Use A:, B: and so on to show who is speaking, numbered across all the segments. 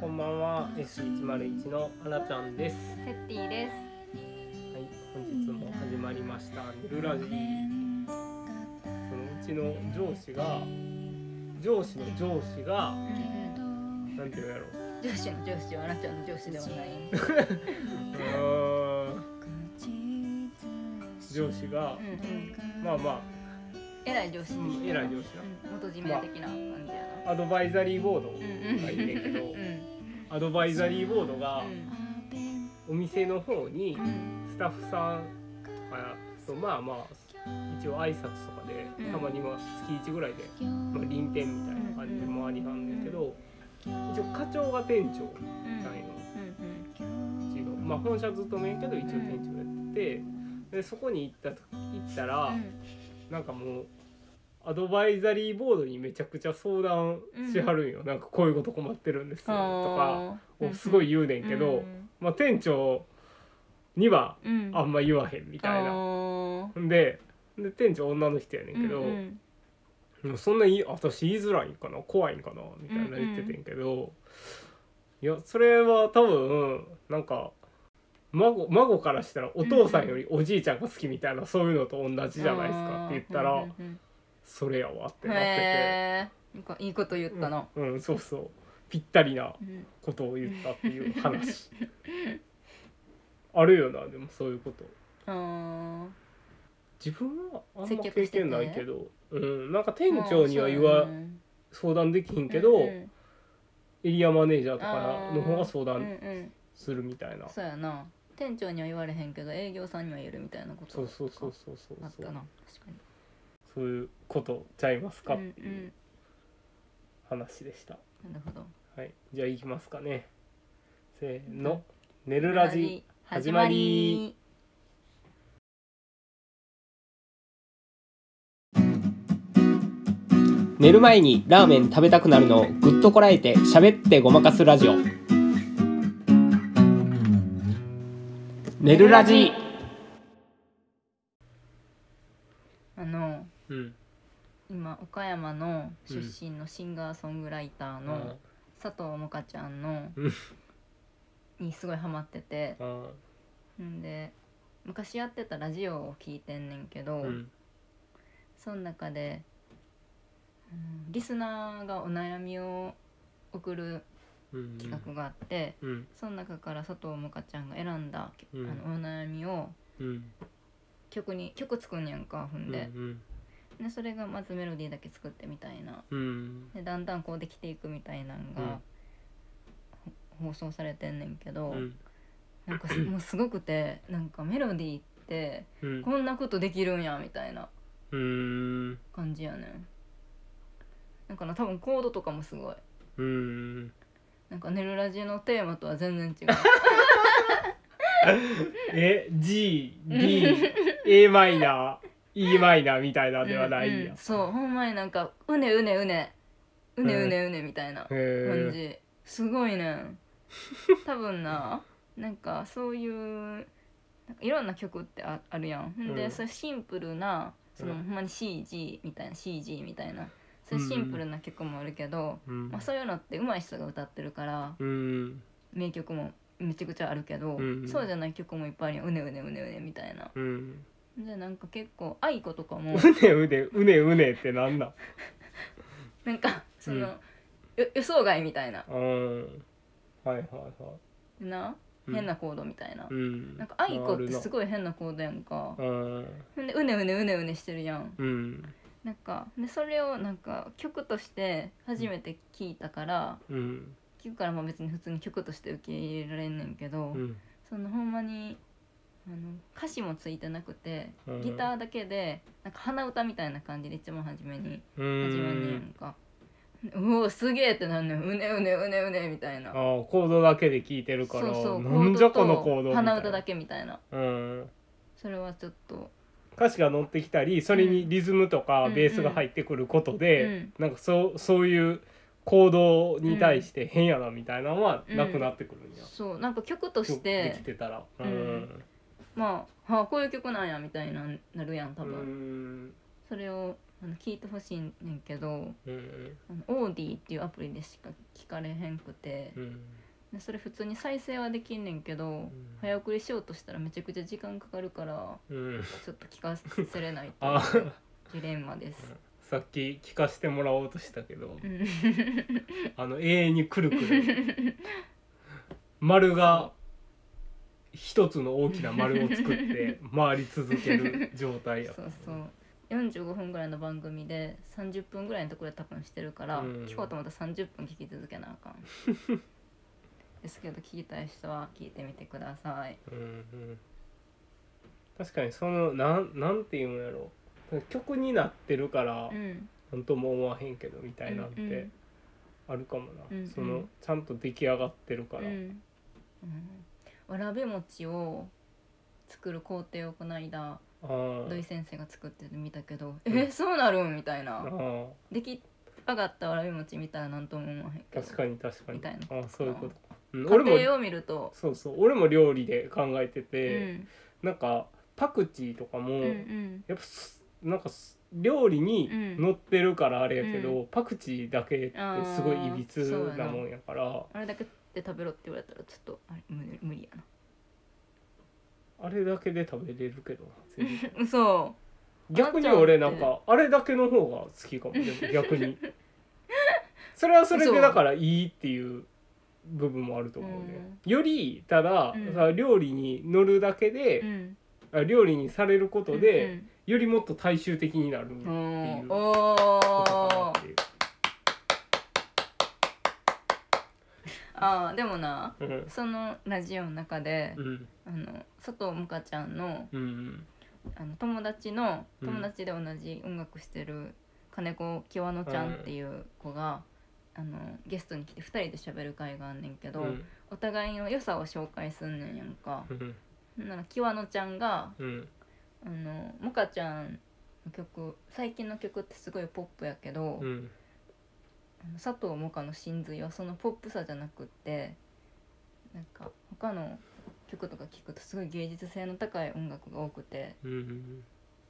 A: こんばんは S101 のあなちゃんです
B: セッティです。
A: はい、本日も始まりました「ぬるラジ」そのうちの上司が上司の上司がなんて言うんやろ
B: 上司の上司はあなたの上司ではない。
A: うーん上司が
B: うんうん。
A: まあま
B: 偉い上司
A: あ、う
B: に。
A: ん、偉い上司な
B: うん。元締め的な感じやな。
A: アドバイザリーボード
B: うん
A: がいいねんけど
B: うん。うん
A: アドバイザリーボードがお店の方に
B: うん
A: スタッフさんとかとまあまあ一応挨拶とかで
B: うん
A: たまには月1ぐらいで、まあ、臨転みたいな感じで回りはんねんけど一応課長が店長
B: うん
A: なんよ
B: うん
A: うちのまあ本社勤めやけど一応店長やっててでそこに行ったと行ったらなんかもう。アドバイザリーボードにめちゃくちゃ相談しはるんよ、なんかこういうこと困ってるんですよとかをすごい言うねんけど、まあ、店長には
B: うん
A: あんま言わへんみ
B: み
A: たいな。
B: な
A: でで店長女の人やねんけど、
B: うん
A: もうそんなに私言いづらいんかな怖いんかなみたいな言っててんけど、いやそれは多分なんか孫孫からしたらお父さんよりおじいちゃんが好きみたいな、そういうのと同じじゃないですかって言ったら、
B: うんうんうん
A: それやわってなって
B: へーなんかいいこと言
A: て、
B: ったな。
A: うん、うんそうそうぴったりな
B: うん
A: ことを言ったっていう 話あるよなでもそういうこと。
B: あ
A: 自分はあん
B: 接
A: ま
B: 客
A: 経
B: してて
A: 験ないけど、うん、なんか店
B: ー
A: 長には言わ、
B: うん
A: 相談できひんけど、
B: うんうん
A: エリアマネージャーとかの方が相
B: うんう
A: 談
B: ん
A: するみたいな、
B: そうやな店長には言われへんけど営業さんには言えるみたいなこと
A: そうそうそうそうそう
B: あっ
A: そ
B: た
A: う
B: な確かに
A: そういうことちゃいますかっ
B: うん
A: ていう話でした、
B: うんなるほど
A: はいじゃあ行きますかねせーの「寝るラジ」始まり寝る前にラーメン食べたくなるのをぐっとこらえて喋ってごまかすラジオ寝るラジ
B: あの
A: うん
B: 今岡山の出身のシンガーソングライターの佐藤萌歌ちゃんの
A: うん
B: にすごいハマってて
A: あー
B: んで昔やってたラジオを聞いてんねんけど、
A: うん
B: その中で、うんリスナーがお悩みを送る
A: うん
B: 企画があって、
A: うん
B: その中から佐藤萌歌ちゃんが選んだ、
A: うん
B: あのお悩みを
A: うん
B: 曲に曲作んねやんかほんで,、
A: うん
B: でそれがまずメロディーだけ作ってみたいな
A: うん
B: でだんだんこうできていくみたいなんが、ほ放送されてんねんけ
A: う
B: ど、
A: ん
B: なん かすもうすごくてなんかメロディーって
A: うん
B: こんなことできるんやみたいな
A: うん
B: 感じやねん。だから多分コードとかもすごい
A: うん
B: なんか「寝るラジオ」のテーマとは全然 違う
A: え G D A マイナー E マイナーみたいなではないん
B: うんう
A: や
B: ん、そうほんまになんかうねうねうねうねうねうねみたいな感
A: へ
B: じすごいねん多 分ななんかそういうなんかいろんな曲ってああるやんほんで、
A: うん
B: それシンプルなその、
A: うん
B: ほんまに CG みたいな CG みたいなそういうシンプルな曲もあるけど、
A: ーうん
B: まあ、そういうのって上手い人が歌ってるから
A: うん
B: 名曲もめちゃくちゃあるけど、
A: うん
B: そうじゃない曲もいっぱいあるやんうねうねうねうねみたいな
A: うん
B: でなんか結構愛子とか も
A: うねうねうねうねってなんだ
B: なんかその、
A: うん
B: よ予想外みたいな
A: うんはいはいはい
B: な
A: うん
B: 変なコードみたいな
A: う、ん
B: なんか愛子ってす
A: ご
B: ごい変なコードやんか。
A: うん
B: ほんでうねうねうねうねしてるやん。
A: うん
B: なんかでそれをなんか曲として初めて聞いたから
A: うん
B: 聞くからまあ別に普通に曲として受け入れられんねんけど、
A: うん
B: そのほんまにあの歌詞もついてなくて
A: うん
B: ギターだけでなんか鼻歌みたいな感じで一番初めに
A: う
B: 始まんね
A: ん
B: やんか。うおすげえってなんねんうねうねうねうねみたいな
A: あ。ーコードだけで聞いてる
B: そ
A: か
B: う
A: ら
B: そう
A: なんじゃこのコードみたいな
B: 鼻歌だけみたいな。
A: うん
B: それはちょっと。
A: 歌詞が乗ってきたりそれにリズムとか
B: うん
A: ベースが入ってくることで、
B: うんうん
A: なんかそうそういう行動に対して変やなみたいなのはなくなってくるんや、
B: そうなんか曲とし
A: で
B: て
A: きてたら
B: うんまあ、はあ、こういう曲なんやみたいななるやん多
A: う
B: 分、
A: ん
B: それをあの聞いてほしいねんけど
A: うん
B: あのオーディっていうアプリでしか聞かれへんくて
A: うんうん
B: でそれ普通に再生はできんねんけど、早送りしようとしたらめちゃくちゃ時間かかるから
A: うん
B: ちょっと聞かせれない
A: あ
B: というジレンマです。
A: さっき聞かせてもらおうとしたけど
B: うん
A: あの永遠にくるくる丸が一つの大きな丸を作って回り続ける状態や
B: そうそう45分ぐらいの番組で30分ぐらいのところで多分してるから、
A: うん
B: 聞こうと思ったら30分聞き続けなあかん ですけど聞きたい人は聞いてみてください
A: うんうん、確かにそのなんなんていうんやろ曲になってるから
B: うん
A: 何とも思わへんけどみたいなん
B: うんう
A: て
B: ん
A: あるかもな、
B: うんうん
A: そのちゃんと出来上がってるか
B: う
A: ら、
B: ん、うん、わらべ餅を作る工程をこの間
A: あー
B: 土井先生が作ってるの見たけど、えそうなるんみたい
A: あ
B: な
A: ー
B: 出来上がったわらび餅見たらなんとも思わへんけど
A: 確かに確かに
B: みたいな
A: あーそういうことか、うん、
B: 家
A: 俺も
B: 庭を見ると、
A: そうそう俺も料理で考えてて、なんかパクチーとかも、
B: うんうん
A: やっぱすなんかす料理に
B: うん
A: 載ってるからあれやけど、
B: う
A: パクチーだけってすごいいび
B: あーそうや
A: つ
B: な
A: なもんやから
B: あれだけで食べろって言われたらちょっとあれ無理無理やな
A: あれだけで食べれるけどな全然
B: 嘘
A: 逆に俺
B: あ
A: な
B: っ
A: ん
B: ちゃんって
A: かあれだけの方が好きかもでも逆にそれはそれでだからいいっていう部分もあると思うね、よりただ、
B: うん
A: さ料理に乗るだけ
B: う
A: で、
B: ん
A: あ料理にされることで、
B: うん
A: よりもっと大衆的になる
B: う
A: こ
B: ん
A: っていうとか
B: お
A: なっていう
B: あーでもな
A: うん
B: そのラジオの中で、
A: うん
B: あの佐藤萌歌ちゃんの
A: うん
B: あの友達の
A: うん
B: 友達で同じ音楽してる金子きわのちゃんっていう子が、あのゲストに来て2人で喋る会があんねんけど、
A: うん
B: お互いの良さを紹介すんねんやんか。
A: うん
B: ほんならきわのちゃんが
A: うん
B: あのモカちゃんの曲最近の曲ってすごいポップやけど、
A: うん
B: あの佐藤モカの真髄はそのポップさじゃなくってなんか他の曲とか聞くとすごい芸術性の高い音楽が多くて
A: うん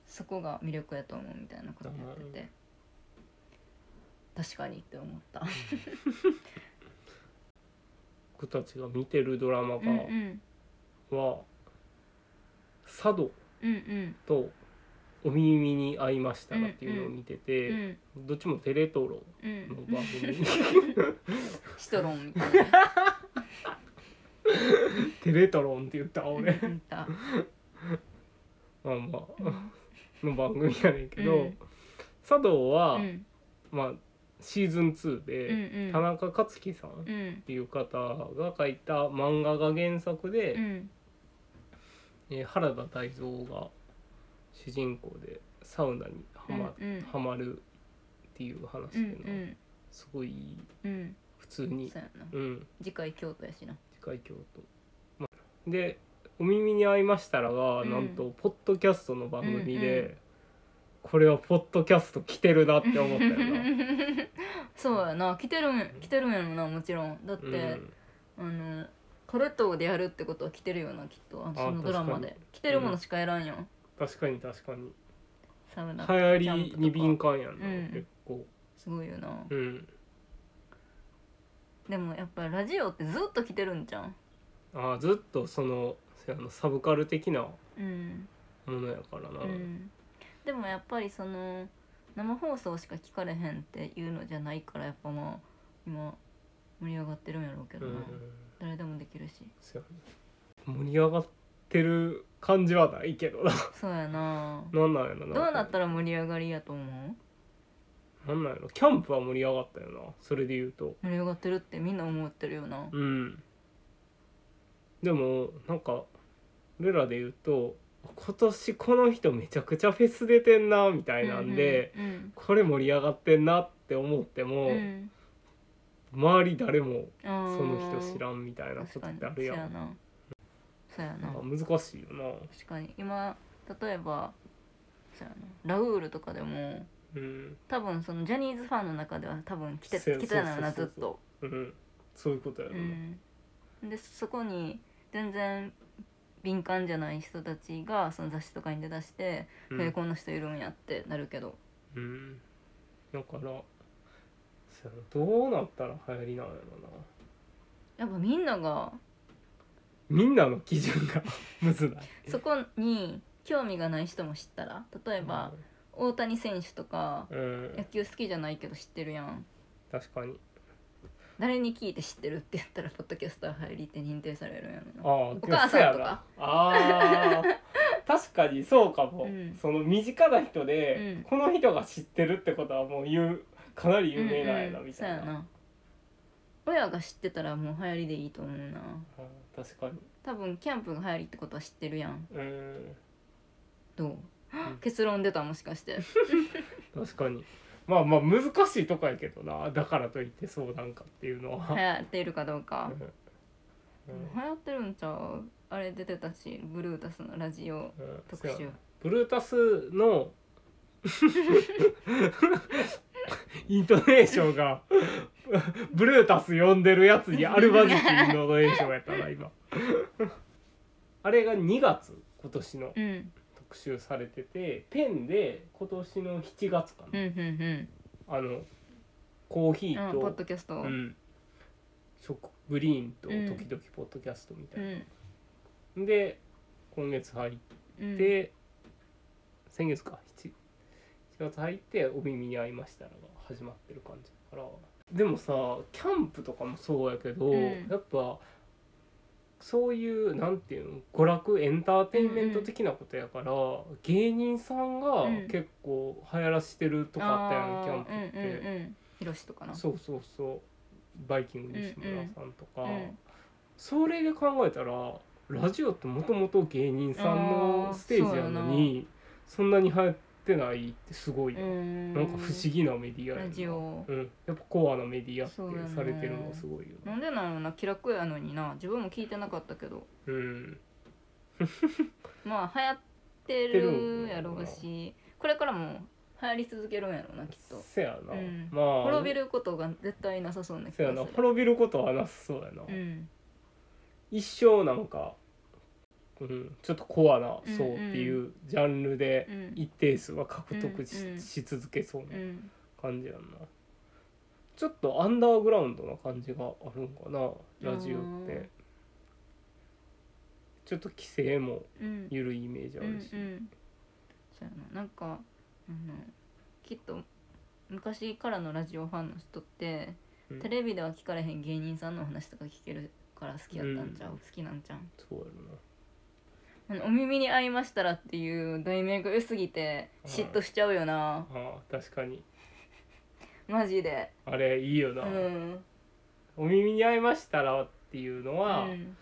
B: そこが魅力やと思うみたいなことやってて確かにって思った。
A: 僕たちが見てるドラマ
B: うんう
A: が
B: ん
A: は「佐渡
B: うんうん」
A: と「お耳に合いましたら」っていうのを見て
B: う
A: て
B: ん
A: どっちもテレ東
B: う
A: の
B: ん
A: 番組
B: シトロンみたいな。
A: テレトロンって言った俺
B: うん見た
A: まあま
B: う
A: あ
B: ん
A: の番組やねんけ
B: う
A: ど
B: ん
A: 佐渡
B: う
A: は
B: ん
A: まあシーズン2
B: う
A: で
B: ん
A: 田中克樹さんっ
B: うん
A: ていう方が書いた漫画が原作で、
B: うん
A: えー原田泰造が主人公でサウナにはま,、
B: うんうん
A: はまるっていう話って
B: う
A: いうのは、
B: ん
A: すごい
B: うん
A: 普通
B: うん
A: に
B: そうやな
A: うん
B: 次回京都やしな
A: 世界京都、まあ、で「お耳に合いましたらが」
B: うん
A: なんとポッドキャストの番組で、
B: うんう
A: これはポッドキャスト来てるなって思ったよ な。
B: そうやな来てるん来てるんやろなもちろんだって、
A: うん
B: あのカルトでやるってことは来てるよなきっとあの
A: あ
B: そのドラマ
A: 確
B: で
A: か
B: 来てるものしかやらんよ、ん、
A: 確かに確かに
B: サウ
A: 流
B: ナ
A: 行りに敏
B: 感
A: 感やんな、
B: うん
A: 結構
B: すごいよな、
A: うん
B: でもやっぱラジオってずっと来てるんじゃん
A: あーずっとそのあのサブカル的なも
B: うん、
A: のやからな、
B: うん、でもやっぱりその生放送しか聞かれへんっていうのじゃないからやっぱまあ今盛り上がってるんやろうけ
A: う
B: ど
A: ん
B: な、誰でもできるし
A: そうやね盛り上がってる感じはないけどな
B: そうやな
A: なんなんやろな
B: どうなったら盛り上がりやと思う
A: なんなんやろキャンプは盛り上がったよなそれで言うと
B: 盛り上がってるってみんな思ってるよな
A: うんでもなんか俺らで言うと今年この人めちゃくちゃフェス出てんなみたいなんで、
B: うん
A: これ盛り上がってんなって思っても、
B: うんうん
A: 周り誰も
B: そ
A: その人知らんみたいなこと
B: 確か
A: っ
B: に
A: てあ
B: そう
A: るやん
B: やなそうや
A: な
B: なん
A: か難しいよな
B: 確かに今例えばそうやなラウールとかでも
A: うん
B: 多分そのジャニーズファンの中では多分来て
A: そう
B: 来てたのよな
A: そ
B: ず
A: う
B: っ
A: そうそ
B: と
A: うんそういうことや
B: う
A: ろな、
B: んでそこに全然敏感じゃない人たちがその雑誌とかに出だして「
A: うん
B: えこんな人いるんや」ってなるけど
A: うんだからそやなどうなったら流行りなんやろな
B: やっぱみんなが
A: みんなの基準が むずない
B: そこに興味がない人も知ったら例えば大谷選手とか
A: うん
B: 野球好きじゃないけど知ってるやん
A: 確かに
B: 誰に聞いて知ってるって言ったらポッドキャスター入りって認定されるやん
A: あ
B: な
A: あお
B: 母さんとか
A: あー確かにそうかも、
B: うん
A: その身近な人で、
B: うん
A: この人が知ってるってことはもう言うかなり有名なんやな、
B: うんうん
A: みたいな
B: そうやな親が知ってたらもう流行りでいいと思うな
A: うん確かに
B: 多分キャンプが流行りってことは知ってるやん
A: うん
B: どう、結論出たもし かして
A: 確かにまあまあ難しいとこやけどなだからといってそうなんかっていうの
B: 流
A: は、
B: 行っているかどうか
A: う
B: 流
A: ん
B: 行ってるんちゃうあれ出てたしブルータスのラジオ
A: うん
B: 特
A: そう
B: 集
A: やブルータスのイントネーションがブルータス呼んでるやつにアルバズキーのイントネーションやったな今あれが2月今年の
B: うんうん
A: 特集されててペンで今年の7月か
B: う
A: な、
B: んうん
A: あのコーヒ
B: うん
A: ーと、
B: ポッドキャストを
A: うん、食グリーンと
B: うん
A: 時々ポッドキャストみた
B: う
A: いな、
B: ん
A: で今月入っ
B: うん
A: て、先月か 7, 7月入って「お耳に合いましたら」が始まってる感じだからでもさキャンプとかもそうやけど、
B: うん
A: やっぱそういうなんていうの娯楽エンターテインメント的なことやから、芸人さんが
B: うん
A: 結構流行らしてるとかあったやん、
B: あ
A: キャン
B: ー
A: プって。
B: うんうんうんヒロシとかな
A: そうそうそうバイキング西村さんとか、
B: うん
A: それで考えたらラジオってもともと芸人さんのステージやのにそんなに流行ってないってすごい、
B: うん
A: なんか不思議なメディアやな
B: ラジオ
A: うん、やっぱコアなメディアって
B: そうやな
A: されてるのがすごいよ
B: な
A: ね
B: んでなのな気楽やのにな自分も聞いてなかったけど
A: うん
B: まあ流行ってるやろうしこれからも流行り続けるんやろうなきっと
A: せやな、
B: うん
A: まあ
B: 滅びることが絶対なさそうな気
A: せ
B: が
A: や
B: す
A: な
B: る
A: 滅びることはなさそうやな、
B: うん
A: 一生なんか、うん、ちょっとコアな層っていうジャンルで、
B: うん
A: 一定数は獲得し,、
B: うんうん
A: し続けそうな
B: うん
A: 感じやんなちょっとアンダーグラウンドな感じがあるんかなラジオっ
B: うん
A: てちょっと規制も
B: うん
A: 緩いイメージあるし、
B: うんうん、そうやななんかあのきっと昔からのラジオファンの人って、
A: うん
B: テレビでは聞かれへん芸人さんのお話とか聞けるから好きやったんちゃう、
A: うん
B: 好きなんちゃう
A: そうやろな
B: あのお耳に合いましたらっていう題名が良すぎて
A: はい
B: 嫉妬しちゃうよな、
A: ああ確かに
B: マジで
A: あれいいよな、
B: うん
A: お耳に合いましたらっていうのは、
B: うん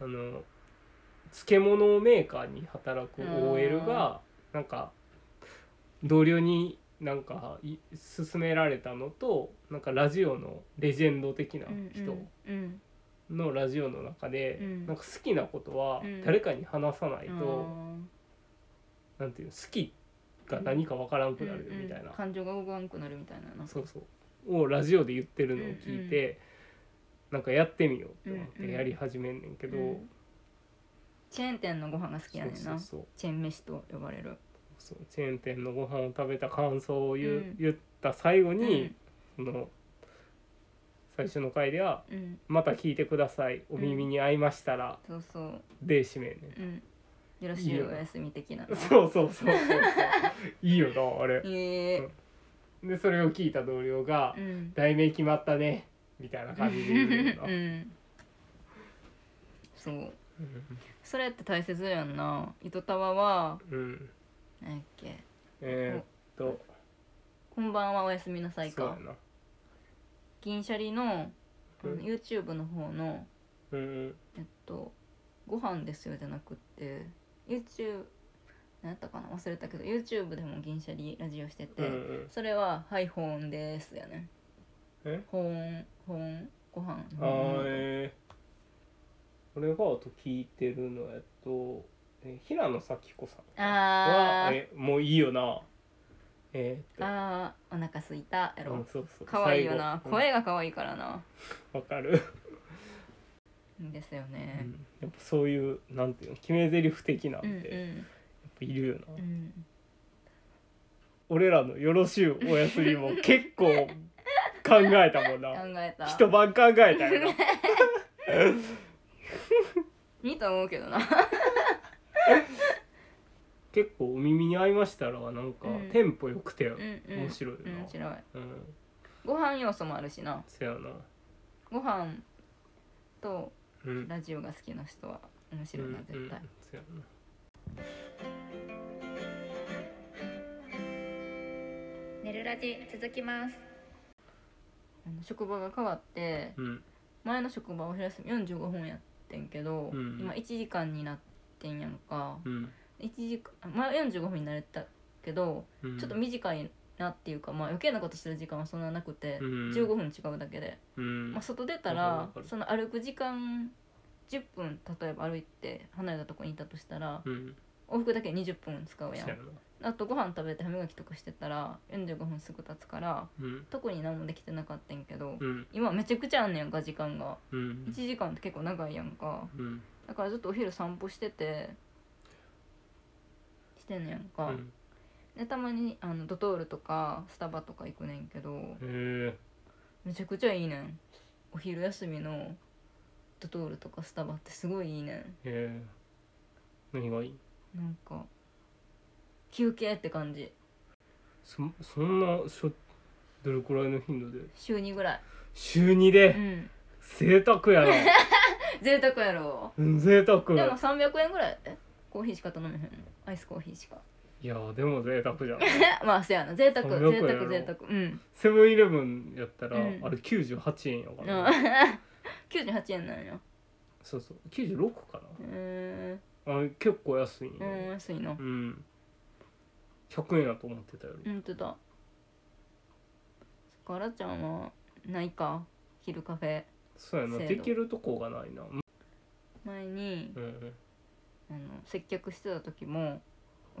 A: あの漬物メーカーに働く OL がなんか同僚になんかい勧められたのとなんかラジオのレジェンド的な人
B: うん
A: のラジオの中で、
B: うん
A: なんか好きなことは
B: うん
A: 誰かに話さな
B: う
A: い
B: ん
A: と、
B: うん
A: なんていうの好きが何かわからんくなる
B: うん
A: みたいな、
B: 感情が動かなくなるみたいなな
A: そうそうをラジオで言ってるのを聞いて、なんかやってみようって思っ
B: うんう
A: て
B: ん
A: やり始めんねんけど、
B: うんチェーン店のご飯が好きやねんな
A: そうそうそう
B: チェーン飯と呼ばれる
A: そうチェーン店のご飯を食べた感想を言,、う
B: うん
A: 言った最後に、その最初の回では
B: うんうん
A: 「また聞いてくださいお耳に合いましたら
B: そうそう」
A: で締めんね、
B: うん。よろし
A: いい
B: い
A: よ
B: お休み的
A: ん、
B: な。
A: そうそうそうそういいよなあれ
B: ええ
A: でそれを聞いた同僚が
B: う
A: 「
B: ん。
A: 題名決まったね」みたいな感じで言うねんな
B: うん。そう。それって大切やんな。糸タワは、
A: うん、うん、
B: なんやっけ。
A: えーっと
B: こんばんはおやすみなさい
A: そうや
B: か。
A: な
B: 銀シャリの、あ
A: う
B: の
A: ん
B: YouTube の方の、
A: うんうん
B: えっと、ご飯ですよじゃなくって、YouTube、なんやったかな忘れたけど、YouTube でも銀シャリラジオして
A: うんう
B: て、
A: ん
B: それは、はい、保温ですやね。
A: え
B: 保温、保温、ご飯。
A: あーえー、俺があと聞いてるのやと、えー平野咲子さん
B: あ
A: は
B: ー
A: えもういいよなえーっ
B: あーお腹すいたや
A: と、うん
B: ろ、
A: そうそう
B: 可愛いよな
A: 最後
B: 声が可愛いからな、
A: うんわかる、
B: いいですよ
A: う
B: ね、
A: ん、やっぱそういうなんていうの決め台詞的なん
B: うん、うん
A: て、やっぱいるよな、
B: うん
A: 俺らのよろしゅうお休みも結構考えたもん
B: 考
A: な
B: えた
A: 一晩考えたよ な
B: いいと思うけどな
A: 結構「お耳に合いましたら」はなんか
B: うん
A: テンポよくて
B: うんうん
A: 面白いよな
B: 面白い
A: うん
B: ご飯要素もあるしな
A: そやな
B: ご飯と
A: うん
B: ラジオが好きな人は面白いな
A: うんうん
B: 絶対
A: そやな
B: 寝るラジ続きますあの職場が変わって
A: うん
B: 前の職場お昼休み45分やってんけど、
A: うんうん
B: 今1時間になってんやんか
A: うん
B: 1時間あ前は45分になれたけど、
A: うん
B: ちょっと短いなっていうか、まあ、余計なことする時間はそんななくて、15分違うだけで、
A: うん
B: まあ、外出た
A: わかる
B: ら
A: わかる
B: その歩く時間10分例えば歩いて離れたとこにいたとしたら
A: うん
B: 往復だけ20分使うや
A: そやなん
B: あとご飯食べて歯磨きとかしてたら45分すぐ経つから
A: うん
B: 特に何もできてなかったんけど、
A: うん
B: 今めちゃくちゃあんねやんか時間が
A: うん
B: 1時間って結構長いやんか
A: うん
B: だからちょっとお昼散歩しててしてんねやん
A: う
B: か、
A: ん
B: でたまにあのドトールとかスタバとか行くねんけど
A: へ
B: めちゃくちゃいいねんお昼休みのドトールとかスタバってすごいいいね
A: えへえ何がいい
B: んなんか休憩って感じ
A: そそんなしょどれくらいの頻度で
B: 週2ぐらい
A: 週2
B: う
A: で
B: ん
A: 贅沢やな
B: 贅沢やろ
A: うん贅
B: でも
A: 沢
B: 300円ぐらいえコーヒーしか頼めへんアイスコーヒーしか
A: いやでも贅沢じゃん
B: まあせやな贅沢
A: 300
B: 贅
A: 円や
B: 沢
A: ろ
B: 贅沢うん
A: セブンイレブンやったらあ
B: うん
A: れ98円や
B: う
A: か
B: ん
A: らね
B: 98円なんよ
A: そうそう96か
B: うん
A: なあれ結構安いん
B: う
A: よ
B: ん安いな
A: うん100円だと思ってたより
B: うんとだそっかあらちゃんはないか昼カフェ
A: そうやな
B: せやろ
A: できるとこがないなう
B: 前に
A: んうん
B: あの接客してた時も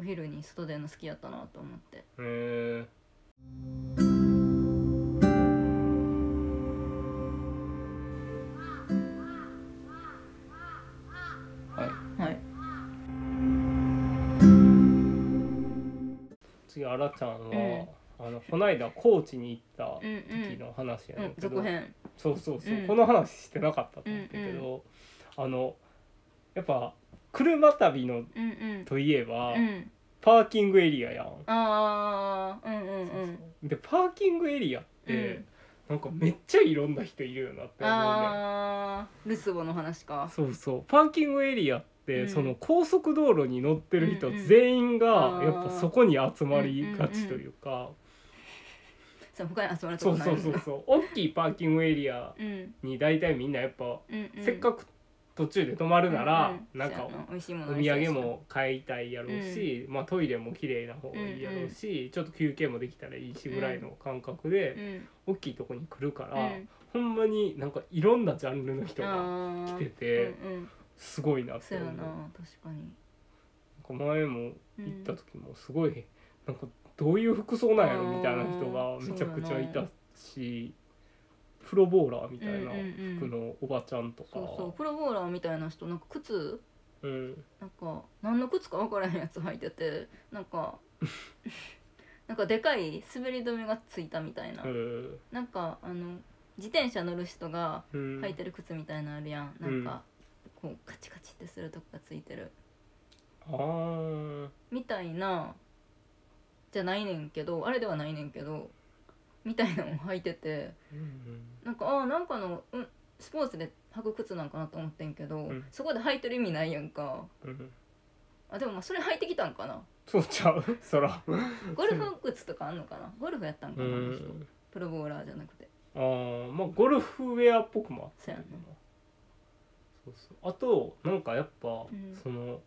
B: お昼に外出るの好きやったなと思って
A: へえ
B: はいはい
A: 次あらちゃん
B: え
A: はあのこないだ高知に行った
B: うん
A: 時の話や
B: うん、う
A: ね
B: ん
A: ん、けど
B: 続編
A: そうそうそう、
B: うん
A: この話してなかったと思ったけど、あのやっぱ車旅の
B: うんうん
A: といえば、
B: うん
A: パーキングエリアやん、
B: ああうんうん
A: そううんそうでパーキングエリアって、なんかめっちゃいろんな人いるよなって思うね
B: ああールツボの話か
A: そうそうパーキングエリアって、
B: うん
A: その高速道路に乗ってる人
B: うんうん
A: 全員
B: あ
A: が
B: ー
A: やっぱそこに集まりがちというか、
B: そう他に集まると
A: そ
B: こ
A: う
B: ない
A: そうそうそう大きいパーキングエリア
B: うん
A: に大体みんなやっぱ、
B: うんうん
A: せっかく途中で泊まるなら、
B: うん
A: なん
B: そう
A: か
B: や美味しいもの
A: お土産も買いたいやろうし、まあ、トイレも綺麗な方がいいやろうし、ちょっと休憩もできたらいいしぐらいの感覚
B: う
A: で
B: ん
A: 大きいとこに来るか
B: う
A: ら、
B: ん
A: ほんまになんかいろんなジャンルの人が
B: あ
A: 来
B: ー
A: てて
B: うんうん
A: すごいなっ
B: そ
A: て
B: うや
A: 思
B: な
A: う。なん
B: 確かに
A: か前も行った時もすごいなんかどういう服装なんやろみたいな人がめちゃくちゃいたしプロボーラーみたいな服
B: 服
A: のおばちゃんとか、
B: そうそうプロボーラーみたいな人なんか靴
A: うん
B: なんか何の靴か分からへんやつ履いててなんか なんかでかい滑り止めがついたみたいな、
A: うん
B: なんかあの自転車乗る人が
A: うん
B: 履いてる靴みたいなのあるやん、
A: うん
B: なんかこうカチカチってするとこがついてる
A: あー
B: みたいなじゃないねんけどあれではないねんけどみたいなのを履いてて
A: うん
B: なんかあーなんかの、うん、スポーツで履く靴なんかなと思ってんけど、
A: ん
B: そこで履いてる意味ないやんか
A: うん
B: あでもまあそれ履いてきたんかな
A: そうちゃう そら
B: ゴルフ靴とかあんのかなゴルフやったんか
A: う
B: なあの人
A: ん
B: プロボーラーじゃなくて
A: あーまあゴルフウェアっぽくもあったよなそうそうあとなんかやっぱ、
B: うん
A: その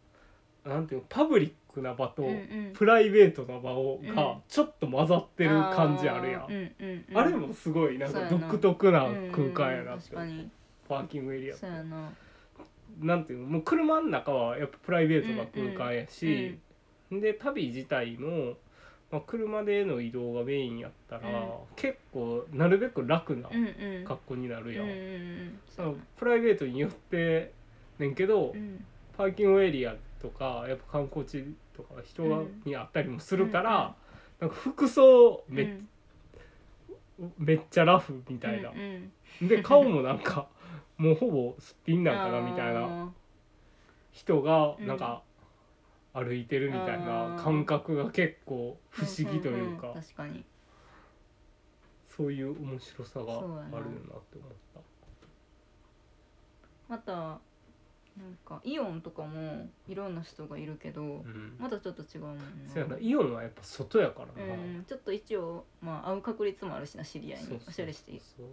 A: なんていうのパブリックな場と、
B: うんうん
A: プライベートな場を
B: うん
A: がちょっと混ざってる感じあるやん、
B: ーうんうんうん
A: あれもすごいなん
B: そう
A: か
B: やな
A: 独特な
B: うんう
A: 空
B: ん
A: 間やなって
B: 確かに
A: パーキングエリアって
B: そうやな
A: なんていうのもう車の中はやっぱプライベートな空間やし、
B: うんうん
A: で旅自体も、まあ、車での移動がメインやったら、
B: うん
A: 結構なるべく楽な
B: うんうん
A: 格好になるやん、
B: うんうんうん
A: そ
B: そうや
A: のプライベートによってねんけど、
B: なうん
A: パーキングエリアとかやっぱ観光地とか人が
B: うん
A: にあったりもするから、なんか服装め,、
B: うん
A: めっちゃラフみたいな
B: うん、うん
A: で顔もなんかもうほぼすっぴんなんかなみたい
B: あ
A: な
B: ー
A: 人が
B: うん
A: なんか歩いてるみたい
B: あ
A: な
B: ー
A: 感覚が結構不思議というんか
B: んん確かに
A: そういう面白さがある
B: そう
A: よ
B: や
A: なっ
B: な
A: て思った。
B: またなんかイオンとかもいろんな人がいるけど、
A: うん
B: またちょっと違うもんな
A: そうやなイオンはやっぱ外やから
B: う
A: な、
B: ん、ちょっと一応、まあ、会う確率もあるしな知り合い
A: そう
B: に
A: そう
B: おしゃれして
A: そ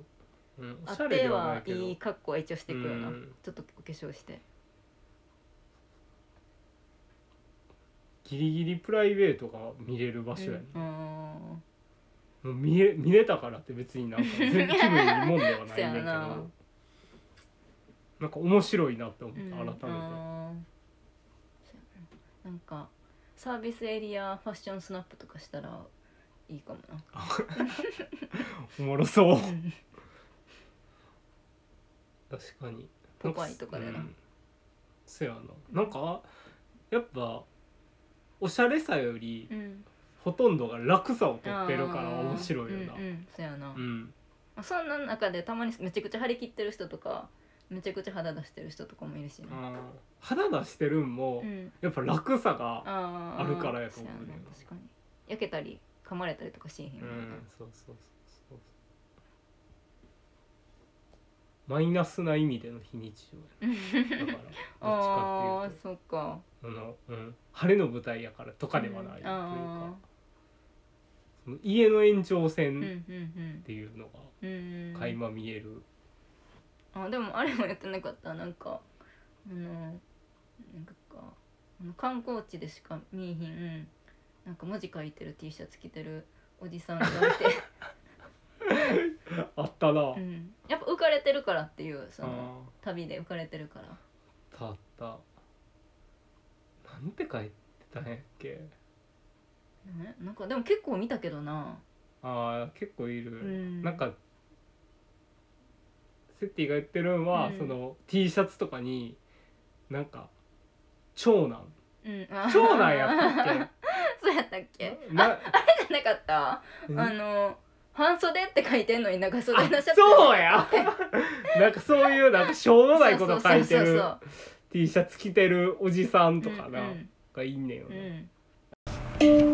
A: う、うん、お
B: 会
A: しゃ
B: っ
A: れで
B: て
A: はない
B: は
A: けど
B: いい格好は一応していくよな、
A: うん
B: ちょっとお化粧して
A: ギリギリプライベートが見れる場所やね、
B: うん
A: もう見え見れたからって別になんか全然気分いいもんではないんだけ
B: そうや
A: ど
B: な
A: なんか面白いなって思っ
B: うん
A: た改めて、
B: うんそうやななんかサービスエリアファッションスナップとかしたらいいかもな
A: おもろそう
B: うん
A: 確かに
B: ポパイとかでな
A: うんそうやななんかやっぱおしゃれさより
B: うん
A: ほとんどが楽さを取ってるから面白いよな
B: うんうんそうやな、
A: うん
B: まあそんな中でたまにめちゃくちゃ張り切ってる人とかめちゃくちゃ肌出してる人とかもいるしな、
A: あー肌出してるんも
B: うん、
A: やっぱ楽さが
B: あー
A: あるからやと思うね
B: そやな確かに焼けたり噛まれたりとかしへんも
A: うん
B: な、
A: んそうそうそうそうマイナスな意味での非日常 やなだからどっち
B: あ
A: か
B: あ
A: っていうと
B: そっか
A: あの、うん、晴れの舞台やからとかではないという
B: あ
A: か、その家の延長
B: ーうん
A: 線
B: うん
A: っていうのが
B: うんうん
A: 垣間見える、
B: あでもあれもやってなかったなんかあのなんかあの観光地でしか見えひんなんか文字書いてる T シャツ着てるおじ さんがいて、
A: あったな、
B: うん、やっぱ浮かれてるからっていうそ
A: あ
B: の旅で浮かれてるから
A: ーあったあったなんて書いてたんやっけ
B: ねなんかでも結構見たけどな、
A: あー結構いる、
B: うん、
A: なんかセッティが言ってるのは、
B: うん
A: その T シャツとかになんか長男
B: うん、
A: 長男やったっ
B: そうやったっ
A: け
B: け
A: な
B: じゃなかったあ
A: え
B: の半袖って書いてんのに長袖のシャツ
A: そうやなんかそういうなんかしょうもないこと書いて
B: そうそう
A: る
B: そう
A: T シャツ着てるおじさん
B: そ
A: と
B: う
A: かな、
B: うん
A: がいんねんよ
B: うんう
A: ね、
B: ん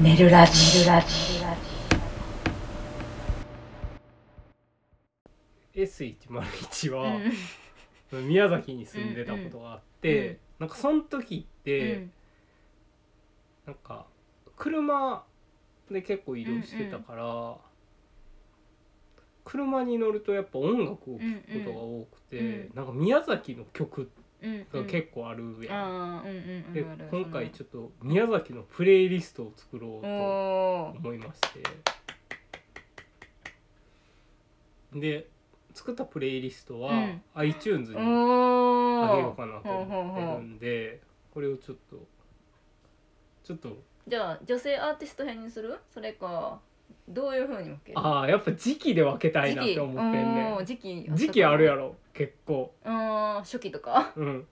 C: 寝るラジ寝るラジ
A: S101
B: う
A: は
B: ん
A: 宮崎に住んでたことがあって、
B: うん
A: なんかその時って、なんか車で結構移動してたから、車に乗るとやっぱ音楽を聴くことが多くて、
B: うんうん
A: なんか宮崎の曲
B: うん
A: が結構ある
B: 構
A: やん。
B: あーうんうんあ
A: で
B: るある
A: 今回ちょっと宮崎のプレイリストを作ろう
B: お
A: と
B: お
A: 思いましてで作ったプレイリストは
B: うん
A: iTunes にあげよ
B: お
A: うかなと思ってるんでこれをちょっとちょっと
B: じゃあ女性アーティスト編にするそれかどういう風に分ける
A: ああやっぱ時期で分けたいなって思ってんね
B: おー時期
A: 時期あるや
B: ろ
A: ろ結構
B: あー初期とか
A: うん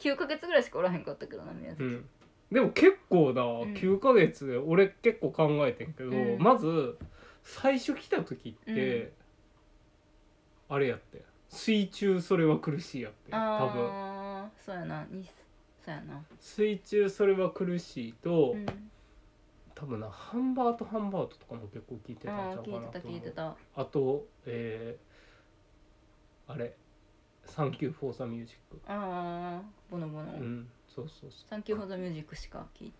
B: 9ヶ月ぐらいしかおらへんかったけどな宮
A: う
B: 崎
A: んでも結構な、
B: ん
A: 9ヶ月で俺結構考えてんけど、
B: うん
A: まず最初来た時って、あれやって水中それは苦しいやって多分
B: あーそうやなにそうやな
A: 水中それは苦しいと、
B: うん
A: 多分なハンバートハンバートとかも結構聞いてたん
B: あ
A: ちゃ
B: あ
A: う
B: 聞
A: かな
B: いてた
A: と
B: 聞
A: 思
B: いうてた
A: あとえー、あれ「サンキュー・フォー・ザ・ミュージック」
B: ああボノボノ、
A: うん、そうそうそう。
B: サンキューフォーザミュージックしか聞い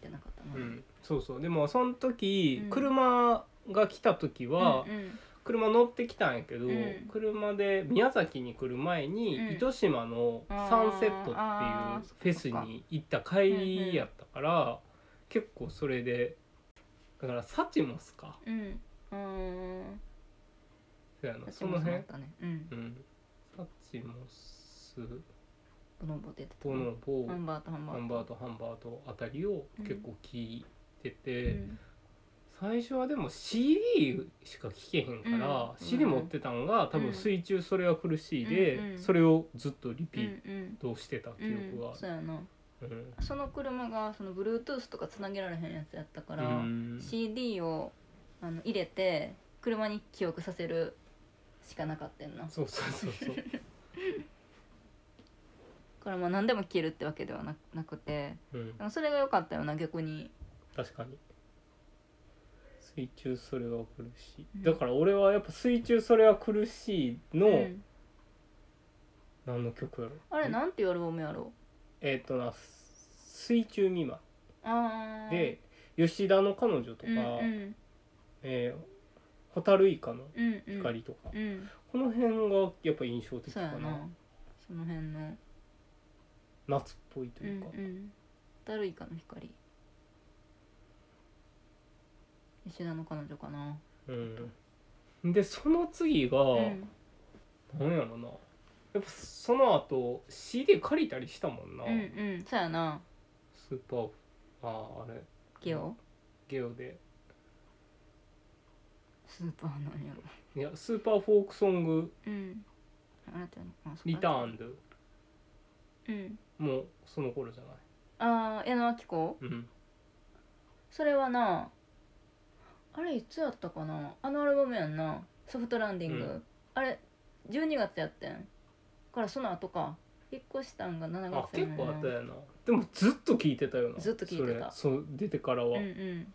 B: てなかったな、
A: うん、そうそう。でもその時、
B: うん
A: 車が来た時は、
B: うんうん
A: 車乗ってきたんやけど、
B: うん
A: 車で宮崎に来る前に、
B: うん
A: 糸島のサンセット
B: あー
A: っていうフェスに行った帰りやったから、結構それでだからサチモスか
B: うんうーん
A: そうやな
B: 私
A: その
B: もそう
A: 辺
B: だったねうん
A: うんサチモス
B: ボノボ出てた
A: ボノボ
B: ハンバートハンバ
A: ハ
B: ート
A: ンバートハンバートあたりを結構聞いてて。
B: うん
A: 最初はでも CD しか聴けへんから、
B: うん
A: CD 持ってたんが多
B: う
A: 分「
B: ん
A: 水中それは苦しいで」
B: うんうん
A: それをずっとリピ
B: う
A: ー
B: ん
A: トしてた記
B: うん
A: 憶
B: うん
A: がある
B: そうやな
A: うん
B: その車がその Bluetooth とかつなげられへんやつやったから、
A: うん
B: CD をあの入れて車に記憶させるしかなかったんなだ
A: そうそうそうそう
B: からまあ何でも消えるってわけではななくて
A: うん
B: でもそれが良かったよな逆に
A: 確かに水中それは苦しい、
B: うん
A: だから俺はやっぱ「水中それは苦しいの」
B: うん
A: 何の曲やろ
B: あれなんていうアルバムやろ
A: えっ、とな「水中未満
B: あ」ー
A: で吉田の彼女とか、
B: うんうん
A: えー蛍イカの
B: うんうん
A: 光とか、
B: うん
A: この辺がやっぱ印象的
B: そ
A: か
B: うや
A: な
B: なその辺の
A: 夏っぽいと
B: うん
A: いうか、
B: うんだるいかの光石田の彼女かな
A: うんでその次が、
B: うん
A: なんやろなやっぱその後 CD 借りたりしたもんな、
B: うんうんそうやな
A: スーパーあああれ
B: ゲオ
A: ゲオで
B: スーパーなんやろ
A: いやスーパーフォークソング
B: うんあれってあ
A: リタ
B: ン
A: ーンド
B: うん
A: もうその頃じゃない
B: ああ矢野亜希子
A: うん
B: それはなあれいつやったかなあのアルバムやんなソフトランディング、
A: うん
B: あれ12月やってんからその後か引っ越したんが7
A: あ
B: 月
A: 結
B: やねんな
A: 構あったやなでもずっと聞いてたよな
B: ずっと聞いてた
A: それそう出てからは、
B: うん
A: だ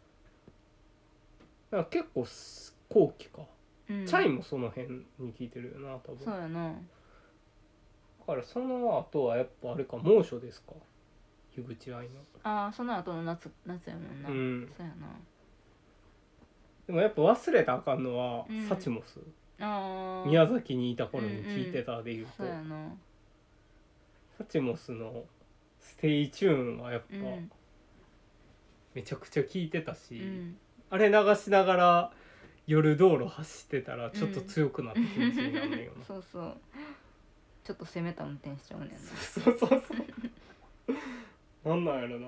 A: から結構す後期か、
B: うんうん
A: チャイもその辺に聞いてるよな多分
B: そうやな
A: だからその後はやっぱあれか猛暑ですか樋口愛の
B: ああその後の夏夏やもんな、
A: うん
B: そうやな
A: でもやっぱ忘れたらあかんのは、
B: うん
A: サチモス
B: ああ
A: 宮崎にいた頃に聞いてたでいうと、
B: そうやな
A: サチモスのステイチューンはやっぱ
B: うん
A: めちゃくちゃ聞いてたし、
B: うん
A: あれ流しながら夜道路走ってたらちょっと強くなった気持ちになるよな、
B: そうそうちょっと攻めた運転しちゃうねんな
A: そう そうそうそうなんなんやろな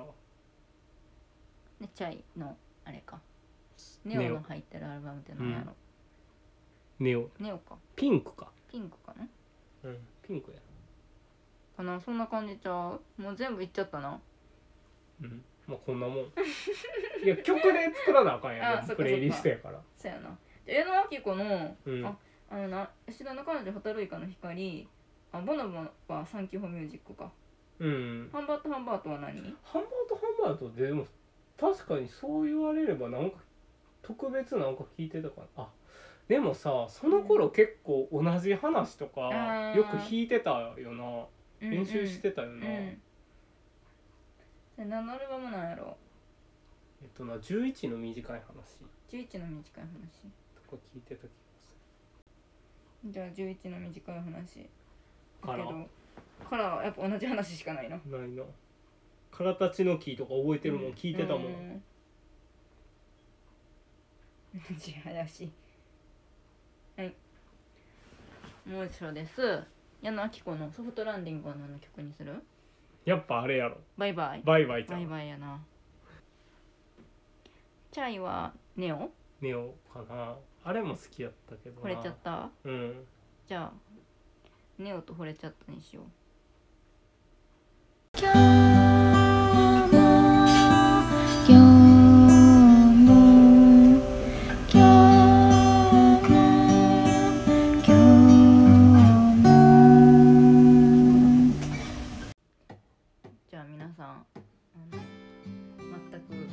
B: でチャイのあれかネオの入ってるアルバムって何やろ、
A: ネオ
B: ネオか
A: ピンクか、
B: ピンクかな
A: うん、ピンクや、
B: かなそんな感じちゃうもう全部いっちゃったな
A: うん、まあこんなもんいや曲で作らなあかん
B: あ
A: や
B: そっ
A: ん
B: か
A: プレイリストやから
B: そうやなじゃあ矢野亜希子の
A: うん
B: ああのな吉田の彼女蛍イカの光あボノボはサンキューフォーミュージックか
A: うん
B: ハンバートハンバートは何
A: ハンバートハンバートでも確かにそう言われればなんか特別なんか聞いてたかなあでもさその頃結構同じ話と
B: あ
A: か
B: ー
A: よく弾いてたよな練習してたよ
B: う
A: な、
B: ん、うんで何のアルバムなんやろ
A: えっとな11の短い話
B: 11の短い話
A: とか聞いてた気がす
B: じゃあ11の短い話だけ
A: カラ
B: どカラーはやっぱ同じ話しかないな
A: るないな「からたちの木」とか覚えてるもん聞いてたもん、
B: んちはやしはいもう一度です矢野亜希子のソフトランディングは何の曲にする
A: やっぱあれやろ
B: バイバイ
A: バイバイちゃ
B: バイ
A: ん
B: バイやなチャイはネオ
A: ネオかなあれも好きやったけど
B: 惚
A: な
B: れちゃった
A: うん
B: じゃあネオと惚れちゃったにしようじゃあ皆さんあの全く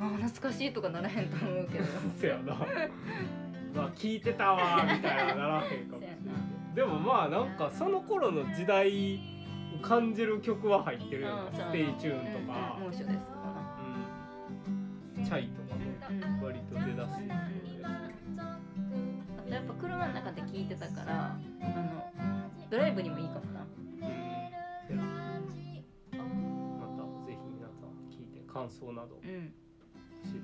B: あー懐かしいとかならへんと思うけど
A: せや なまあ聞いてたわみたいなならへんかもしれない
B: せや
A: でもまあなんかその頃の時代を感じる曲は入ってるよ
B: う
A: うんなステイチューンとか
B: うんうん猛暑ですとか
A: うんチャイとか
B: な、うんうん
A: も割と出だし
B: あとやっぱ車の中で聞いてたからあのドライブにもいいかもな
A: うんせやなまたぜひ皆さん聞いて感想など教
B: う
A: え
B: ん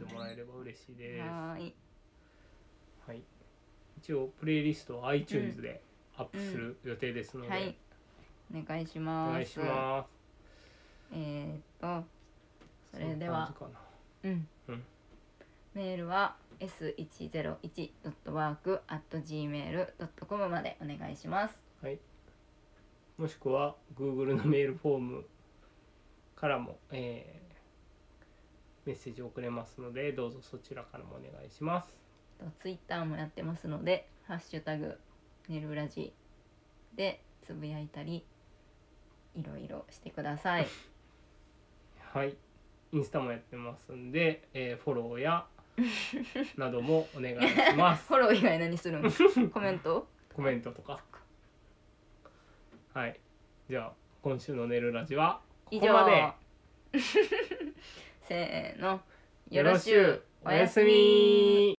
A: てもらえれば嬉しいです
B: はーい
A: はい一応プレイリストは iTunes でアップする予定ですので、
B: はいお願いします
A: お願いします
B: えーっとそれでは
A: そんな感じかな
B: うん、
A: うん
B: メールは s101.work.gmail.com までお願いします
A: はい、もしくは Google のメールフォームからも、えーメッセージを送れますのでどうぞそちらからもお願いします。
B: とツイッターもやってますので「ハッシュタグねるラジ」でつぶやいたりいろいろしてください
A: はい、インスタもやってますんで、えーフォローやなどもお願いします
B: フォ。ロー以外何するの コメント
A: コメントとか。はい、じゃあ今週の「寝るラジ」はこ
B: 以
A: こ
B: 上
A: まで。
B: せーの
A: よろしゅうおやすみ